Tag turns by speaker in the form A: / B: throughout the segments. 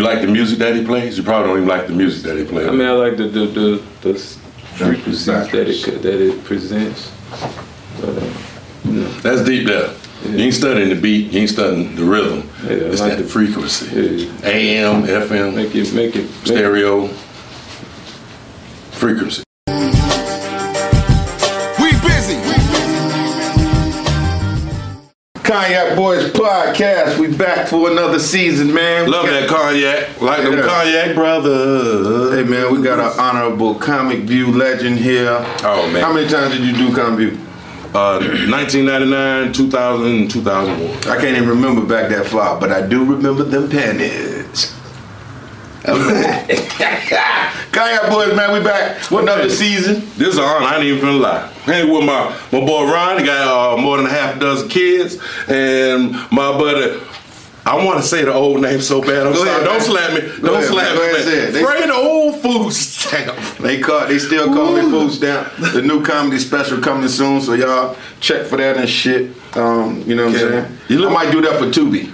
A: like the music that he plays? You probably don't even like the music that he plays.
B: I mean, I like the the the, the s- frequencies that it co- that it presents.
A: That's deep there. You ain't studying the beat, you ain't studying the rhythm.
B: Yeah,
A: it's
B: like
A: that
B: the-
A: frequency.
B: yeah.
A: AM, FM,
B: Make it make it make,
A: stereo, frequency.
C: We busy. Cognac Boys Podcast. We back for another season, man.
A: Love
C: We got-
A: that cognac, like them
C: Yeah.
A: cognac brothers.
C: Hey man, we got an honorable comic view legend here.
A: Oh, man.
C: How many times did you do comic view?
A: Uh, 1999, 2000, and 2001.
C: I can't even remember back that far, but I do remember them pennies. Kayak boys, man, we back for another
A: Okay.
C: season.
A: This is an honor. I ain't even finna lie. Hang with my my boy Ron. He got uh, more than a half dozen kids, and my buddy. I want to say the old name so bad. I'm
C: Go
A: sorry.
C: ahead,
A: Don't
C: man.
A: slap me.
C: Go
A: Don't
C: ahead,
A: slap
C: man. Go ahead and say it.
A: me.
C: They-
A: Afraid the old food stamp.
C: They call, they still call me Food Stamp. The new comedy special coming soon, so y'all check for that and shit. Um, you know what
A: Okay.
C: I'm saying?
A: You
C: You
A: look-
C: might do that for Tubi.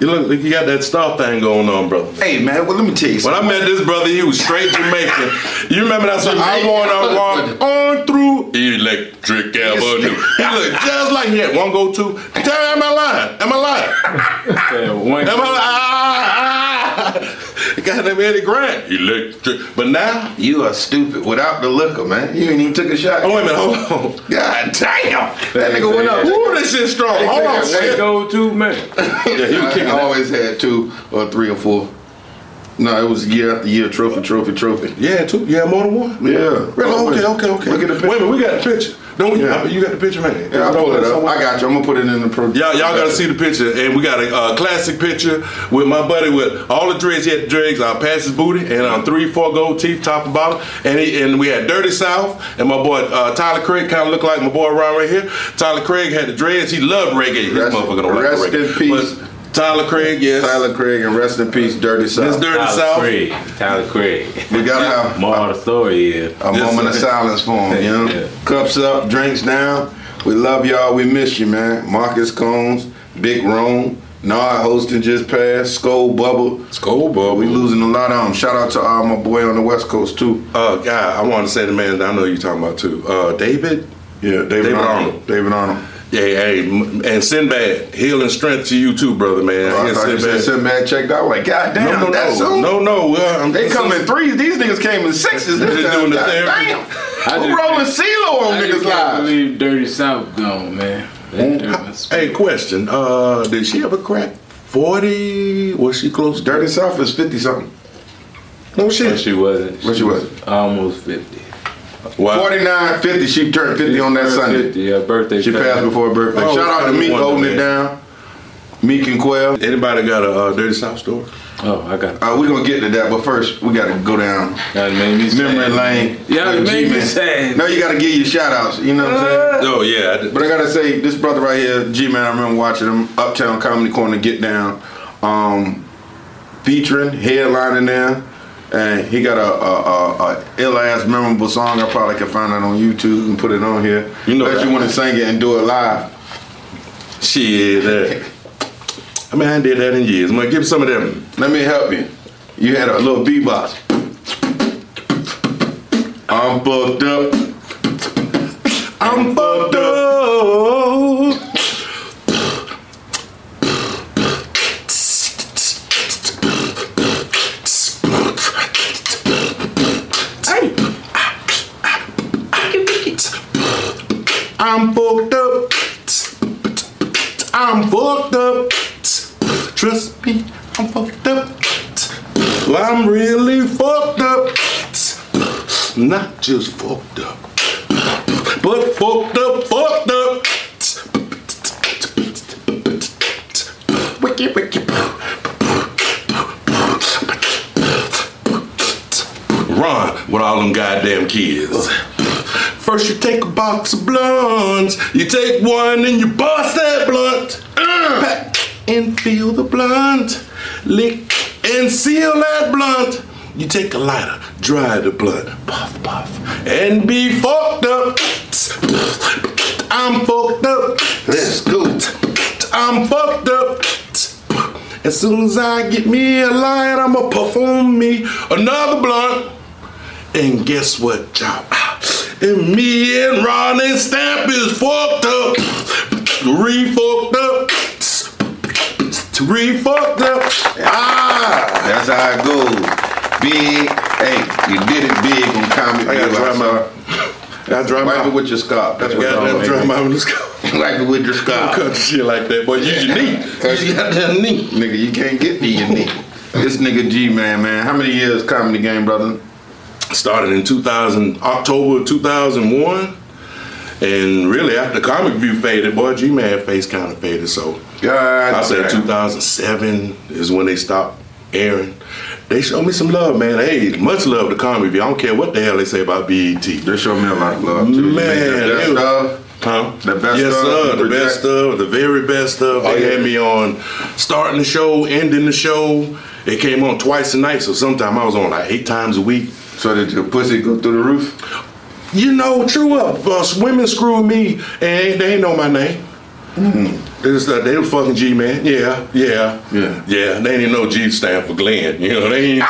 A: You look like you got that star thing going on, brother.
C: Hey man, well let me tell you
A: When
C: something.
A: I met this brother, he was straight Jamaican. You remember that song? I
C: Jamaican.
A: wanna walk on through Electric Avenue. He looked just like he had one go to. Tell me, am I lying? Am I lying?
B: yeah, one
A: Am I lying? Ah, ah. God damn Eddie Grant. Electric. But now,
C: you are stupid without the liquor, man. You ain't even took a shot.
A: oh wait a minute, hold on.
C: God damn! That
B: Hey,
C: nigga went up.
B: man.
A: Ooh, this shit strong. Hold on,
B: one
A: man.
B: go to man.
A: Yeah, he was
C: I
A: kicking it.
C: always had two or three or four. No, it was year after year, trophy, trophy, trophy.
A: Yeah, two. Yeah, more than one.
C: Yeah.
A: Really? Okay, okay, okay.
C: Oh, Look at the picture.
A: Wait a minute, we got a picture. Don't
C: Yeah.
A: I mean, you got the picture, man?
C: Yeah, I'll pull it up.
A: Somewhere.
C: I got you. I'm gonna put it in the pro.
A: Y'all, y'all gotta see the picture, and we got a uh, classic picture with my buddy with all the dreads. He had dreads, I pass his booty, and on three, four gold teeth, top and bottom. And he, and we had Dirty South, and my boy uh, Tyler Craig kind of looked like my boy Ron right here. Tyler Craig had the dreads. He loved reggae. This
C: Rest-
A: motherfucker don't like
C: rest
A: reggae.
C: in peace.
A: But Tyler Craig, yes.
C: Tyler Craig and rest in peace, Dirty
A: This
C: South.
A: Dirty South.
D: Tyler Craig. Tyler Craig.
C: We gotta have
D: Moral of the story is
C: a
A: Yes,
C: moment of
A: sir.
C: silence for him. You know,
D: Yeah.
C: cups up, drinks down. We love y'all. We miss you, man. Marcus Combs, Big Rome, Nard Hosting just passed. Skull Bubble.
A: Skull Bubble.
C: We losing a lot of them. Shout out to uh, my boy on the West Coast too.
A: Uh, God, I want to say the man that I know you're talking about too. Uh, David.
C: Yeah, David,
A: David
C: Arnold.
A: Arnold.
C: David Arnold.
A: Yeah, hey, m- and Sinbad, healing strength to you too, brother, man.
C: Oh, I
A: Yeah,
C: thought you said something man checked out. Like, God damn,
A: no, no,
C: that's
A: no,
C: soon?
A: no, no. uh, I'm
C: They
A: just
C: come
A: saying-
C: in threes. These niggas came in sixes. This
A: They
C: time.
A: doing the
C: God
A: therapy.
C: damn. Who rolling CeeLo on
D: I
C: niggas'
D: just can't
C: lives?
D: believe Dirty South gone, man. That dirty-
A: Hey, question. Uh, did she ever crack forty? Was she close?
C: Dirty South is 50 something.
A: No
B: But
A: shit.
B: she wasn't.
C: What she was?
B: Almost fifty.
A: Wow.
C: 49, 50. She turned 50 on that
B: Her
C: Sunday.
B: 50, her birthday.
C: She passed before her birthday.
A: Oh,
C: Shout out to Meek
A: wonder,
C: holding it
A: man.
C: down. Meek and Quell.
A: Anybody got a uh, dirty south story?
B: Oh, I got.
C: Uh, we're going to get to that, but first, we got to go down
B: That made me sad.
C: memory lane.
B: Yeah, it
C: with
B: made me
C: G-Man.
B: sad.
C: No, you got to give your shout outs. You know what I'm saying?
A: Oh yeah, I did.
C: But I gotta say, this brother right here, G Man, I remember watching him Uptown Comedy Corner Get Down, um, featuring headlining there, and he got a, a, a, a ill ass memorable song. I probably could find it on YouTube and put it on here.
A: You know
C: Unless
A: that.
C: you want to sing it and do it live.
A: shit. Uh, I mean, I ain't did that in years. Man, give me some of them.
C: Let me help you. You had a little beatbox. I'm fucked up.
A: I'm fucked up. I'm fucked up. I'm fucked up. Trust me, I'm fucked up. Well, I'm really fucked up. Not just fucked up, but fucked up, fucked up. Wicky, wicky. Run with all them goddamn kids. First, you take a box of blunts. You take one and you bust that blunt. Uh, pack and feel the blunt. Lick and seal that blunt. You take a lighter, dry the blunt. Puff, puff. And be fucked up. I'm fucked up.
C: Let's go.
A: I'm fucked up. As soon as I get me a lion, I'ma perform me another blunt. And guess what, job? And me and Ronnie Stamp is forked up, re-forked up, re-forked up. Ah!
C: That's how it goes. Big, hey, you did it big on comedy.
A: I gotta
C: Big
A: dry
C: Lots.
A: my- I drive
C: Wipe
A: my
C: it with your scarf. That's
A: I
C: what
A: gotta
C: y'all
A: drive
C: make.
A: my let's go.
C: Wipe it with your scarf.
A: Cut shit like that, boy. Use your knee. Use your goddamn knee.
C: Nigga, you can't get me your knee. This nigga G man, man. How many years comedy game, brother?
A: started in 2000 October of 2001 and really after comic view faded boy G-Man face kind of faded so
C: God,
A: I said
C: damn.
A: 2007 is when they stopped airing they showed me some love man hey much love to comic view I don't care what the hell they say about E BET
C: They show me a lot of love too.
A: man
C: the best
A: it was-
C: of.
A: Huh?
C: The best
A: yes,
C: of,
A: sir.
C: you
A: The best
C: project- Oh,
A: of, the very best of. They
C: yeah.
A: had me on starting the show, ending the show. It came on twice a night, so sometime I was on like eight times a week.
C: So did your pussy go through the roof?
A: You know, true up. Uh, women screwed me, and they, they ain't know my name. It's that they was fucking G man. Yeah, yeah,
C: Yeah.
A: yeah. They didn't know G stand for Glenn. You know, they ain't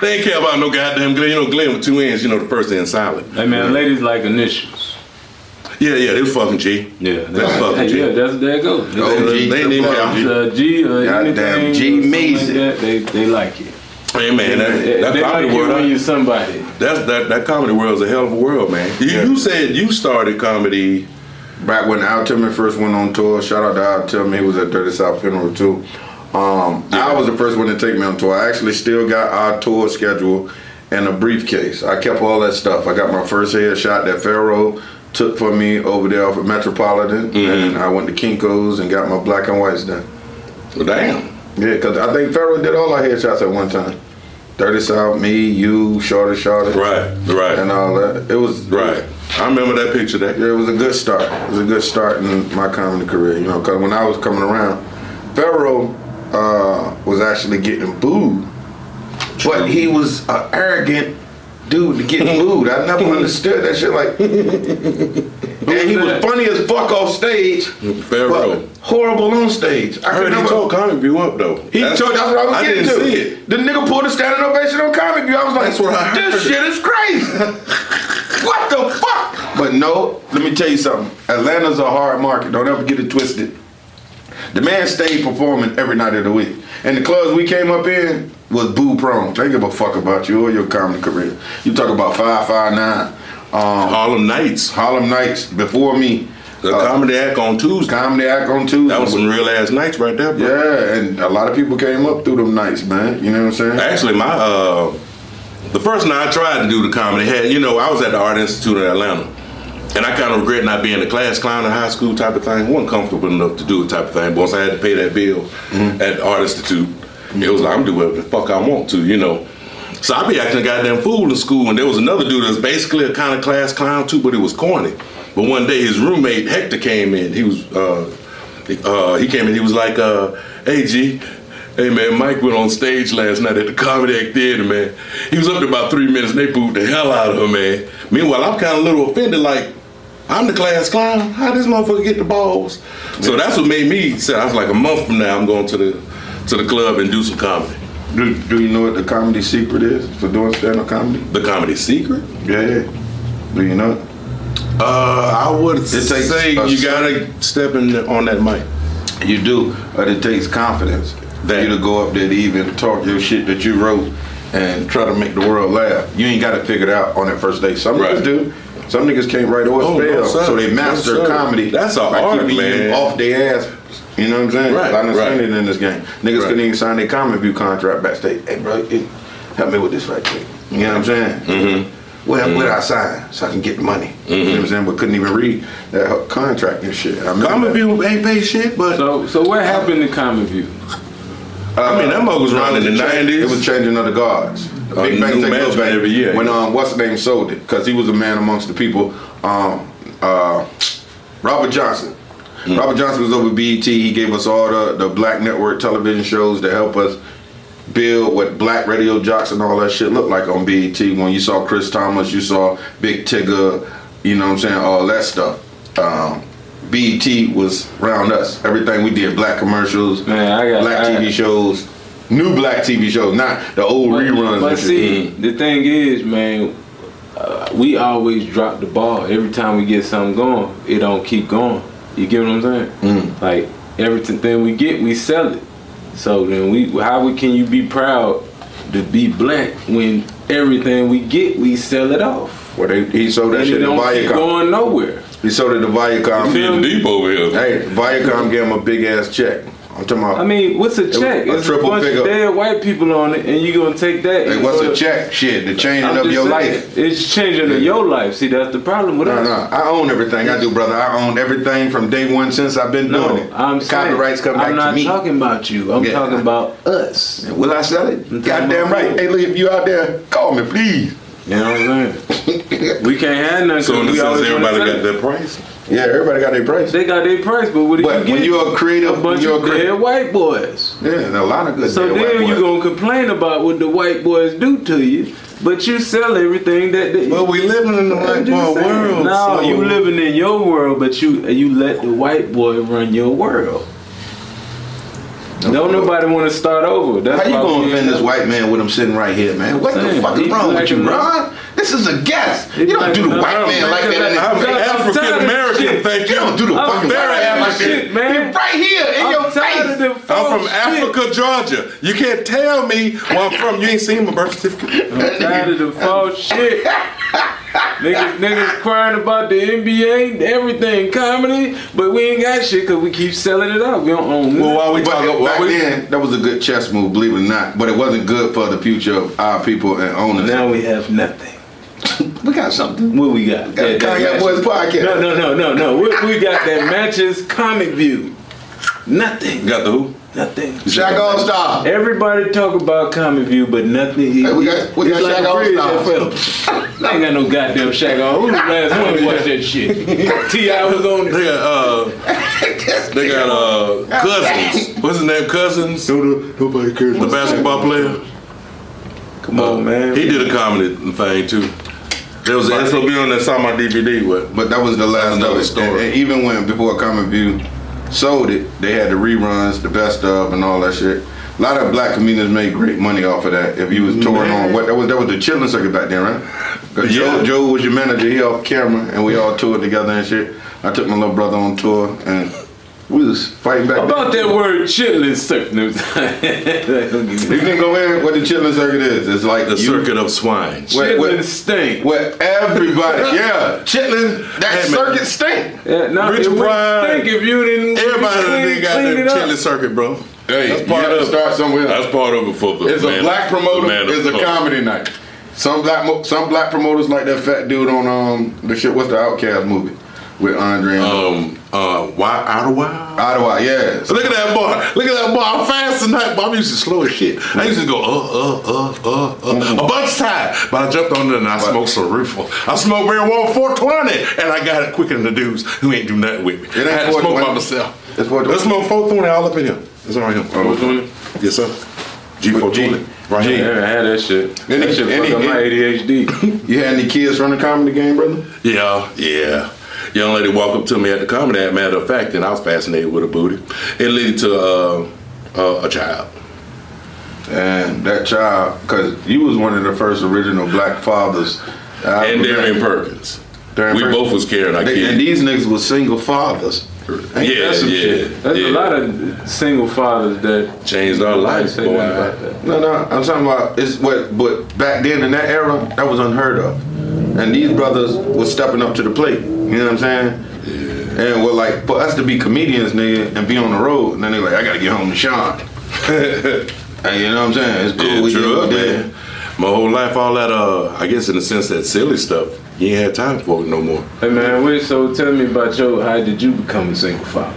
A: they ain't care about no goddamn Glenn. You know, Glenn with two N's. You know, the first N silent.
D: Hey man, ladies like initials.
A: Yeah, yeah. They was fucking G.
D: Yeah,
A: That's
D: that's,
A: fucking
D: hey,
A: G.
D: yeah, that's there it goes.
A: They,
C: OG
A: they, didn't even
C: triple
A: have
C: R.
A: G.
D: Uh, G or
C: Goddamn
D: anything,
C: G
D: or something
C: Mason.
D: Like that, they they like you.
A: Hey man, that,
D: They,
A: that
D: they like
A: comedy
D: you
A: world.
D: when you're somebody.
A: that's that that comedy world's a hell of a world, man. You,
C: Yeah.
A: you said you started comedy.
C: Back when Al Tillman first went on tour, shout out to Al Tillman, he was at Dirty South Funeral too. Um, I was the first one to take me on tour. I actually still got our tour schedule and a briefcase. I kept all that stuff. I got my first headshot that Pharaoh took for me over there off of Metropolitan,
A: Mm-hmm.
C: and I went to Kinko's and got my black and whites done.
A: Well, damn.
C: Yeah, because I think Pharaoh did all our headshots at one time. Dirty South, me, you, Shorter, Shorter,
A: Right,
C: and
A: right,
C: all that. It was
A: right. I remember that picture. That
C: yeah, it was a good start. It was a good start in my comedy career, you know, because when I was coming around, Pharaoh uh, was actually getting booed, but he was an arrogant dude to get booed. I never understood that shit. Like, and he was
D: that?
C: funny as fuck off stage,
A: Pharaoh.
C: but horrible on stage. I
A: I
C: could
A: heard he
C: never-
A: told Comic View up though.
C: He told that's what I was
A: I
C: getting
A: didn't
C: to.
A: see it.
C: The nigga pulled a standing ovation on Comic View. I was like,
A: That's what I
C: this
A: heard.
C: shit is crazy. what the fuck? But no, let me tell you something. Atlanta's a hard market. Don't ever get it twisted. The man stayed performing every night of the week. And the clubs we came up in was boo prone. They give a fuck about you or your comedy career. You talk about 559, um,
A: Harlem Nights,
C: Harlem Nights before me,
A: the
C: uh,
A: Comedy Act on Tuesday.
C: Comedy Act on Tuesday.
A: That was some real ass nights right there, bro.
C: yeah, and a lot of people came up through them nights, man. You know what I'm saying?
A: Actually, my uh, the first night I tried to do the comedy had, you know, I was at the Art Institute in Atlanta, and I kind of regret not being a class clown in high school type of thing. wasn't comfortable enough to do it type of thing. Once I had to pay that bill at the Art Institute, it was like I'm doing whatever the fuck I want to, you know. So I be acting a goddamn fool in school, and there was another dude that's basically a kind of class clown too, but it was corny. But one day his roommate Hector came in. He was uh, uh, he came in. He was like, uh, "Hey G, hey man, Mike went on stage last night at the Comedy Act Theater, man. He was up there about three minutes. and They booed the hell out of him, man. Meanwhile, I'm kind of a little offended, like." I'm the class clown. How this motherfucker get the balls? So that's what made me say I was like a month from now I'm going to the to the club and do some comedy.
C: Do, do you know what the comedy secret is for doing stand-up comedy?
A: The comedy secret?
C: Yeah, yeah. Do you know? it?
A: Uh, I would
C: takes
A: say
C: a
A: you
C: step.
A: gotta step in the, on that mic.
C: You do, but it takes confidence for
A: That-
C: you to go up there to even talk your shit that you wrote and try to make the world laugh. You ain't got it figured out on that first day. Some
A: Right.
C: niggas do. Some niggas can't write or
A: Oh, no,
C: spell,
A: sir.
C: so they
A: No,
C: master
A: sir.
C: comedy.
A: That's a
C: by
A: art,
C: keeping you
A: man.
C: Off their ass. You know what I'm saying?
A: Right,
C: I done
A: right.
C: seen it in this game. Niggas
A: Right.
C: couldn't even sign their comic view contract backstage. Hey, bro, it, help me with this right quick. You know what I'm saying? Mm-hmm. What, what I sign so I can get the money? You know what I'm
A: Mm-hmm.
C: saying? But couldn't even read that contract and shit. I remember
A: Comedy
C: that.
A: view ain't pay shit, but
D: So so what happened to Common View?
A: I mean, that mug was around in the
C: It was cha-
A: 90s.
C: It was changing of the guards.
A: Uh,
C: Big Bang
A: new
C: Take Little
A: management
C: Bang.
A: every year.
C: When um, what's the name sold it because he was a man amongst the people. Um, uh, Robert Johnson. Robert Johnson was over BET. He gave us all the, the black network television shows to help us build what black radio jocks and all that shit looked like on BET. When you saw Chris Thomas, you saw Big Tigger, you know what I'm saying, all that stuff. Um, BET was around us. Everything we did, black commercials,
D: Man, I got-
C: black
D: I-
C: TV shows, new black TV shows, not the old
D: But-
C: reruns.
D: But
C: and shit.
D: see, the thing is, man, uh, we always drop the ball. Every time we get something going, it don't keep going. You get what I'm saying?
C: Mm.
D: Like everything we get, we sell it. So then we, how we can you be proud to be black when everything we get, we sell it off?
C: Mm. Well, they, he sold that
D: And it
C: shit to
D: don't keep
C: Viacom.
D: going nowhere.
C: He sold it to Viacom.
D: feel
A: Getting deep over here.
C: Hey, Viacom gave him a big ass check. I'm talking about.
D: I mean, what's a check?
C: a
D: It's a
C: triple
D: bunch
C: figure.
D: of dead white people on it, and you gonna take that?
C: like,
D: and
C: what's
D: go
C: a
D: to-
C: check? Shit, the changing
D: I'm
C: of
D: just
C: your
D: saying,
C: life.
D: It's changing of your life. See, that's the problem with
C: No,
D: us.
C: no, I own everything I do, brother. I own everything from day one since I've been
D: No,
C: doing it.
D: I'm
C: The
D: saying,
C: Copyrights come
D: I'm
C: back
D: not
C: to me.
D: talking about you. I'm
C: Yeah.
D: talking about us.
C: Will I sell it?
D: I'm talking
C: Goddamn
D: about
C: right.
D: you.
C: Hey, look, if you out there, call me, please.
D: You know what I'm saying? we can't have nothing.
A: So in
D: 'cause
A: the
D: we
A: sense,
D: always wanna
A: everybody
D: sell
A: got
D: it.
A: that price.
C: Yeah, everybody got their price.
D: They got their price, but what do
C: But
D: you get?
C: when you're a creative,
D: a bunch
C: you're a
D: of
C: creative.
D: dead white boys.
C: Yeah, and a lot of good.
D: So
C: dead white
D: then you
C: boys.
D: gonna complain about what the white boys do to you, but you sell everything that. They,
A: Well, we living in the white boy world.
D: No,
A: so-
D: you living in your world, but you you let the white boy run your world. Don't nobody want to start over. That's
C: How you
D: why
C: gonna
D: we
C: offend
D: end
C: this
D: up-
C: white man when I'm sitting right here, man? What the
D: Saying,
C: fuck is
D: he
C: wrong with
D: black
C: you,
D: enough.
C: Ron? This is a guest. You
D: He
C: don't
D: black
C: do the
D: enough.
C: white man like that. in
A: I'm
C: this
A: an
D: I'm
C: place.
D: tired of
A: African American.
D: shit.
A: Thank
C: You
A: you.
C: don't do the
D: I'm
C: fucking white
D: tired
C: man
D: of
C: like
D: this shit,
C: that.
D: man.
C: He right here in
D: I'm
C: your
D: tired
C: face.
D: of them
A: I'm from
D: false shit.
A: Africa, Georgia. You can't tell me where I'm from. You ain't seen my birth certificate.
D: I'm tired of the false shit. niggas, niggas crying about the NBA, everything, comedy, but we ain't got shit because we keep selling it out. We don't own nothing.
A: Well, while we
C: But
A: talking,
C: back
A: while we
C: then, that was a good chess move, believe it or not. But it wasn't good for the future of our people and owners.
D: now we have nothing.
C: we got something.
D: What we got?
C: Got a
D: That- that
C: Kanye
D: matches.
C: Boys podcast.
D: No, no, no, no, no. What we got that matches comic view? Nothing.
A: got the who?
D: Nothing.
C: Shaq All Star.
D: Everybody talk about comic view, but nothing.
C: Hey, we got- we got
D: It's
C: Shaq
D: a bridge
C: All-Stars.
D: that fell. I ain't got no goddamn Shaq on. Who the last one to watch that shit? T.I. was on it.
A: They got uh, they got uh, cousins. What's his name? Cousins, the
C: Nobody cares.
A: basketball player.
D: Come on, man.
A: He did a comedy thing too. There was a SOB on that saw my DVD. What?
C: But that was the last
A: Another
C: of it.
A: story.
C: And, and even when before Common View sold it, they had the reruns, the best of, and all that shit. A lot of black comedians made great money off of that. If you was touring on what that was, that was the chilling circuit back then, right? 'Cause
A: Yeah.
C: Joe, Joe was your manager. He off camera, and we all toured together and shit. I took my little brother on tour, and we was fighting back.
D: About
C: then.
D: that word chitlin circus.
C: you can go in what the chilling circuit is. It's like
A: The
C: you-
A: circuit of swines.
C: Wait, wait.
D: Chitlin stink.
C: Where everybody, yeah, chitlin. That
A: Hey, man.
C: circuit stink.
D: Yeah, nah,
A: Rich
D: it wouldn't
A: Brian.
D: stink if you didn't.
A: Everybody done
D: clean-
A: got
D: clean
A: their
D: it up.
A: chilling circuit, bro.
C: Hey,
A: that's
C: you
A: part
C: gotta
A: of it.
C: start somewhere.
A: That's part of it for the.
C: It's a
A: man-
C: black
A: the
C: promoter.
A: man of
C: It's a
A: color.
C: comedy night. Some black mo- some black promoters like that fat dude on um the shit. What's the Outcast movie with Andre? And
A: Um, uh, why Ottawa?
C: Ottawa, yeah.
A: Look at that boy. Look at that boy. I'm fast tonight, but I'm used to slow as shit. I used to go, uh, uh, uh, uh,
C: Mm-hmm.
A: uh, a bunch of times. But I jumped on there and I smoked some reefer. I smoked marijuana 420, and I got it quicker than the dudes who ain't do nothing with me.
C: ain't
A: I had to smoke
C: 420.
A: by myself.
C: It's 420.
A: Let's smoke 420 all up in here. It's all right here.
D: 420?
A: Yes, sir. G420. Right here.
D: Yeah, I had that shit.
C: Any-
D: that shit
C: any-
D: fuck up my ADHD.
C: You had any kids from the comedy game, brother?
A: Yeah, yeah. Young lady walked up to me at the comedy. As a matter of fact, and I was fascinated with her booty. It led to uh, uh, a child.
C: And that child, because you was one of the first original black fathers. I
A: and
C: remember-
A: Darian Perkins.
C: Darian
A: we
C: Perkins.
A: both was carrying our
C: They-
A: kids.
C: and these niggas was single fathers.
A: yeah,
C: Ain't that some
A: yeah,
C: shit?
D: There's
A: yeah.
D: a lot of single fathers that
A: Changed our lives,
D: say
A: boy.
D: nothing about that.
C: No, no, I'm talking about it's what, but back then in that era, that was unheard of, and these brothers was stepping up to the plate. You know what I'm saying? Yeah. And we're like, for us to be comedians, nigga, and be on the road, and then they like, I gotta get home to Sean. and you know what I'm saying? It's cool.
A: Yeah,
C: we
A: true,
C: get up there.
A: man. My whole life, all that, uh, I guess in the sense that silly stuff, you ain't had time for it no more.
D: Hey man, wait, so tell me about your, how did you become a single father?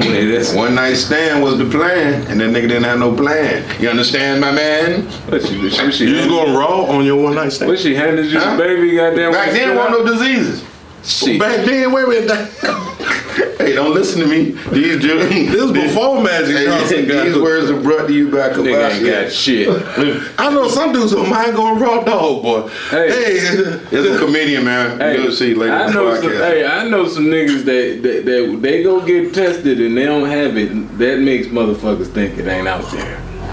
D: Wait, that's
C: One night stand was the plan, and that nigga didn't have no plan. You understand, my man?
D: what she, what she,
A: You was going raw on your one night
D: what
A: stand.
D: she handed you
C: Huh?
D: the baby, goddamn.
C: Back then,
D: one
C: wasn't no diseases.
D: shit.
A: Back then, wait a minute.
C: Hey, don't listen to me. These ju-
A: This was before Magic Johnson got
C: these
A: the-
C: words are brought to you by
D: Nigga ain't got
C: Kabashi.
D: shit.
A: I know some dudes who mind going raw dog, boy.
D: Hey.
A: Hey,
C: It's a comedian, man.
D: Hey,
C: You'll see later
D: I
C: in the
D: know some,
C: podcast.
D: hey, I know some niggas that, that, that they go get tested and they don't have it. That makes motherfuckers think it ain't out there.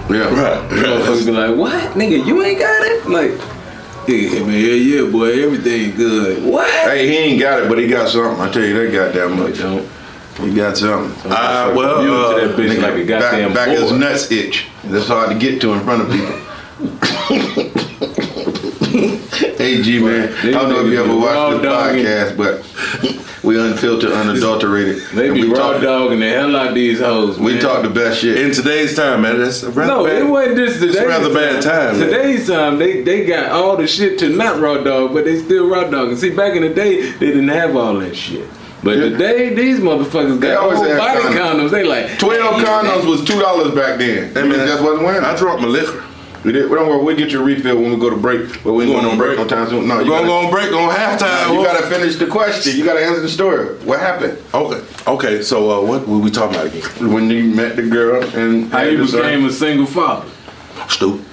C: Yeah.
A: Uh,
D: Motherfuckers be like, what? Nigga, you ain't got it? Like, yeah, man, yeah, yeah, boy, everything good. What?
C: Hey, he ain't got it, but he got something. I tell you, that got that much.
D: Don't.
C: He got something.
A: Ah, well,
D: you
A: uh,
D: into that bitch like a goddamn
C: Back, back his
D: boy.
C: nuts itch. That's hard to get to in front of people. hey, G man. I don't know if you ever
D: Raw
C: watched the
D: dogging.
C: podcast, but we unfiltered, unadulterated.
D: They
C: and
D: be
C: we
D: raw
C: talk,
D: dogging the hell out these hoes.
C: We
D: man.
C: talk the best shit.
A: in today's time, man, that's a rather
D: No,
A: bad.
D: it wasn't just today's
A: rather bad time, man.
D: Today's time, they, they got all the shit to not raw dog, but they still raw dog. And see, back in the day, they didn't have all that shit. But today, these motherfuckers
C: They
D: got whole
C: always
D: body
C: had
D: condoms.
C: condoms.
D: They like
C: Twelve condoms was two dollars back then. That means that's wasn't wearing.
A: I
C: it.
A: dropped my liquor.
C: We did. We don't worry. We get your refill when we go to break. But we ain't going on break on time soon. No,
A: We're
C: you
A: going to
C: gotta,
A: go on break on halftime.
C: you
A: boy.
C: gotta finish the question. You gotta answer the story. What happened
A: Okay, okay. So uh, what were we talking about again?
C: when you met the girl and
D: How
C: and
D: you
C: the son?
D: became a single father?
A: Stupid.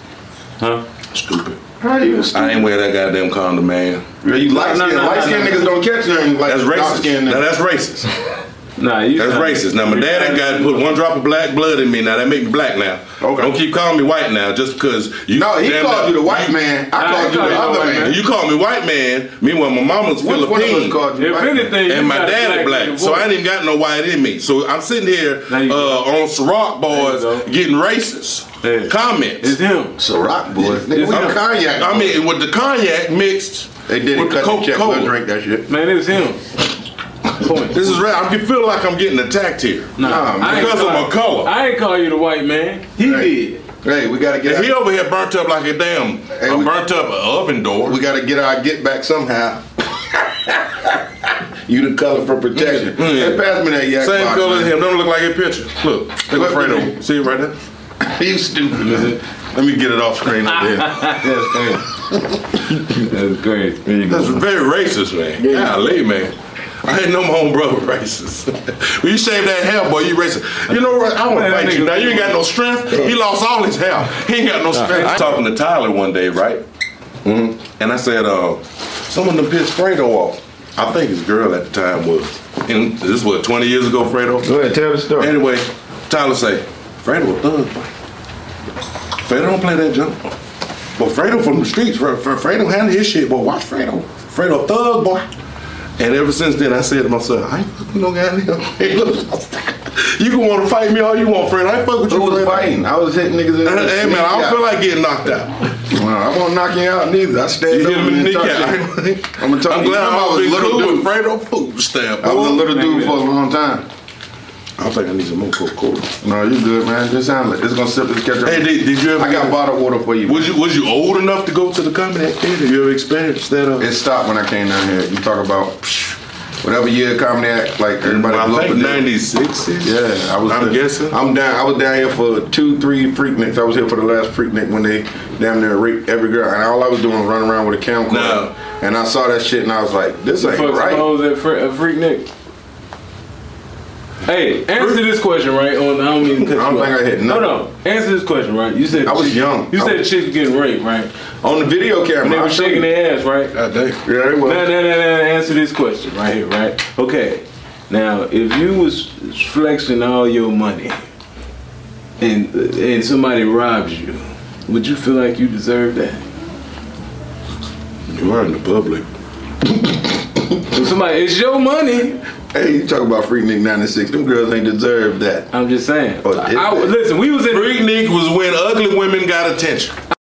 D: Huh?
A: Stupid.
C: How you?
A: I ain't wear that goddamn condom, man.
C: You light
D: No,
C: skinned
D: no, no,
C: light
D: no,
C: skinned
D: no.
C: niggas don't catch nothing. Like
A: That's
C: dark
A: racist.
C: skinned
A: Now that's racist.
D: Nah, you.
A: That's
D: not-
A: racist. Now my
D: you
A: dad
D: not-
A: ain't got put one drop of black blood in me. Now that make me black now.
C: Okay.
A: Don't keep calling me white now just because you.
C: No, he
A: damn
C: called
A: now-
C: you the white man. I
D: Nah,
C: called
D: he
C: you
D: called you
C: the
D: the
C: other
D: white
C: man.
A: And you call me white man. Meanwhile, my mama's
C: Which one of us
A: Philippine.
C: called you
D: If
C: black? man?
D: anything,
A: and
D: you
A: my
D: got
A: dad is black,
D: in
A: so I
D: voice.
A: ain't even got no white in me. So I'm sitting here uh,
D: There you go.
A: on Ciroc boys
D: There you go.
A: getting racist
D: Yeah.
A: comments.
D: It's him.
C: It's a rock boy. Nigga, we
A: I'm-
C: the cognac.
A: I mean, with the cognac mixed
C: they did it.
A: with the
C: Cut the
A: Coca
C: check. We'll
A: Cola.
C: drink that shit.
D: Man, it's him. Point.
A: This is real. I can feel like I'm getting attacked here.
C: Nah,
D: I ain't
A: because of
D: call-
A: my color.
D: I ain't call you the white man. He
C: Hey.
D: did.
C: Hey, we gotta get.
A: If he
C: Out,
A: over here burnt up like a damn,
C: Hey,
A: a
C: we-
A: burnt up oven door.
C: we gotta get our get back somehow. you the color for protection.
A: Mm, yeah.
C: Hey, pass me that yak.
A: Same
C: box,
A: color as
C: man.
A: him. Don't look like a picture. Look, look at
C: What do
A: Fredo.
C: you-
A: See it right there.
C: You stupid. man. Let me get it off screen up there.
D: That's crazy. That's crazy.
A: That's very racist, man. Yeah, Golly, man. I ain't know my own brother racist. when you shave that hair, boy, you racist. You know what? I want to
D: Man, that
A: fight you.
D: nigga-
A: Now you ain't got no strength. He lost all his hair. He ain't got no strength. I was talking to Tyler one day, right? And I said, uh, someone done pissed Fredo off. I think his girl at the time was. And this was what, 20 years ago, Fredo?
C: Go ahead, tell the story.
A: Anyway, Tyler say, Fredo a thug. Fredo don't play that junk. But Fredo from the streets, Fre- Fre- Fredo handle his shit, boy. Watch Fredo. Fredo a thug, boy. And ever since then, I said to myself, I ain't fucking no goddamn Fredo. you can want to fight me all you want, Fredo. I ain't fuck with
C: Who
A: you,
C: was
A: Fredo.
C: fighting? I was hitting niggas in the
A: Hey, man, I
C: kneecap.
A: don't feel like getting knocked out.
C: Well, I won't knock you out neither. I stand
A: You
C: up
A: hit him
C: and
A: in the kneecap.
C: touch you. I'm gonna talk
A: I'm
C: to you.
A: glad
C: Remember,
A: I
C: I
A: was
C: was a
A: little
C: little
A: cool with
C: dude.
A: Fredo food stamp.
C: I was a little
D: Thank you,
C: dude for a
D: man.
C: long time.
A: I think I need some more Coca-Cola.
C: No, you good, man. Just sound like it's gonna sip this ketchup.
A: Hey, did, did you ever?
C: I got bottled water for you.
A: Was you was you old enough to go to the comedy theater? Have you ever experienced that? Uh,
C: It stopped when I came down here. You talk about psh, whatever year comedy act, like everybody blew
A: I
C: up
A: think
C: in there.
A: ninety six.
C: Yeah, I was.
A: I'm guessing.
C: I'm down. I was down here for two, three Freaknicks. I was here for the last Freaknik when they damn near raped every girl, and all I was doing was running around with a camcorder.
A: No.
C: And I saw that shit, and I was like, "This ain't
D: Fuck some
C: right."
D: hoes at Fre- at Freak Nick. Hey, answer this question right on. I don't even. Cut
C: I don't
D: you
C: think
D: off.
C: I hit
D: No,
C: nothing.
D: no. Answer this question right. You said
C: I was
D: chick-
C: young.
D: You
C: I
D: said
C: was-
D: chicks getting raped, right?
C: On the video camera,
D: And they
C: I'll
D: were
C: show
D: shaking
C: you.
D: their ass, right?
A: God damn.
C: Yeah, they
D: Now,
C: was.
D: now, now, now, answer this question right here, right? Okay. Now, if you was flexing all your money, and and somebody robs you, would you feel like you deserve that?
A: You are in the public.
D: If somebody, it's your money.
C: Hey, you talk about Freaknik '96. Them girls ain't deserve that.
D: I'm just saying.
C: Oh,
D: I,
C: did
D: I-
C: they?
D: listen, we was in.
A: Freaknik was when ugly women got attention.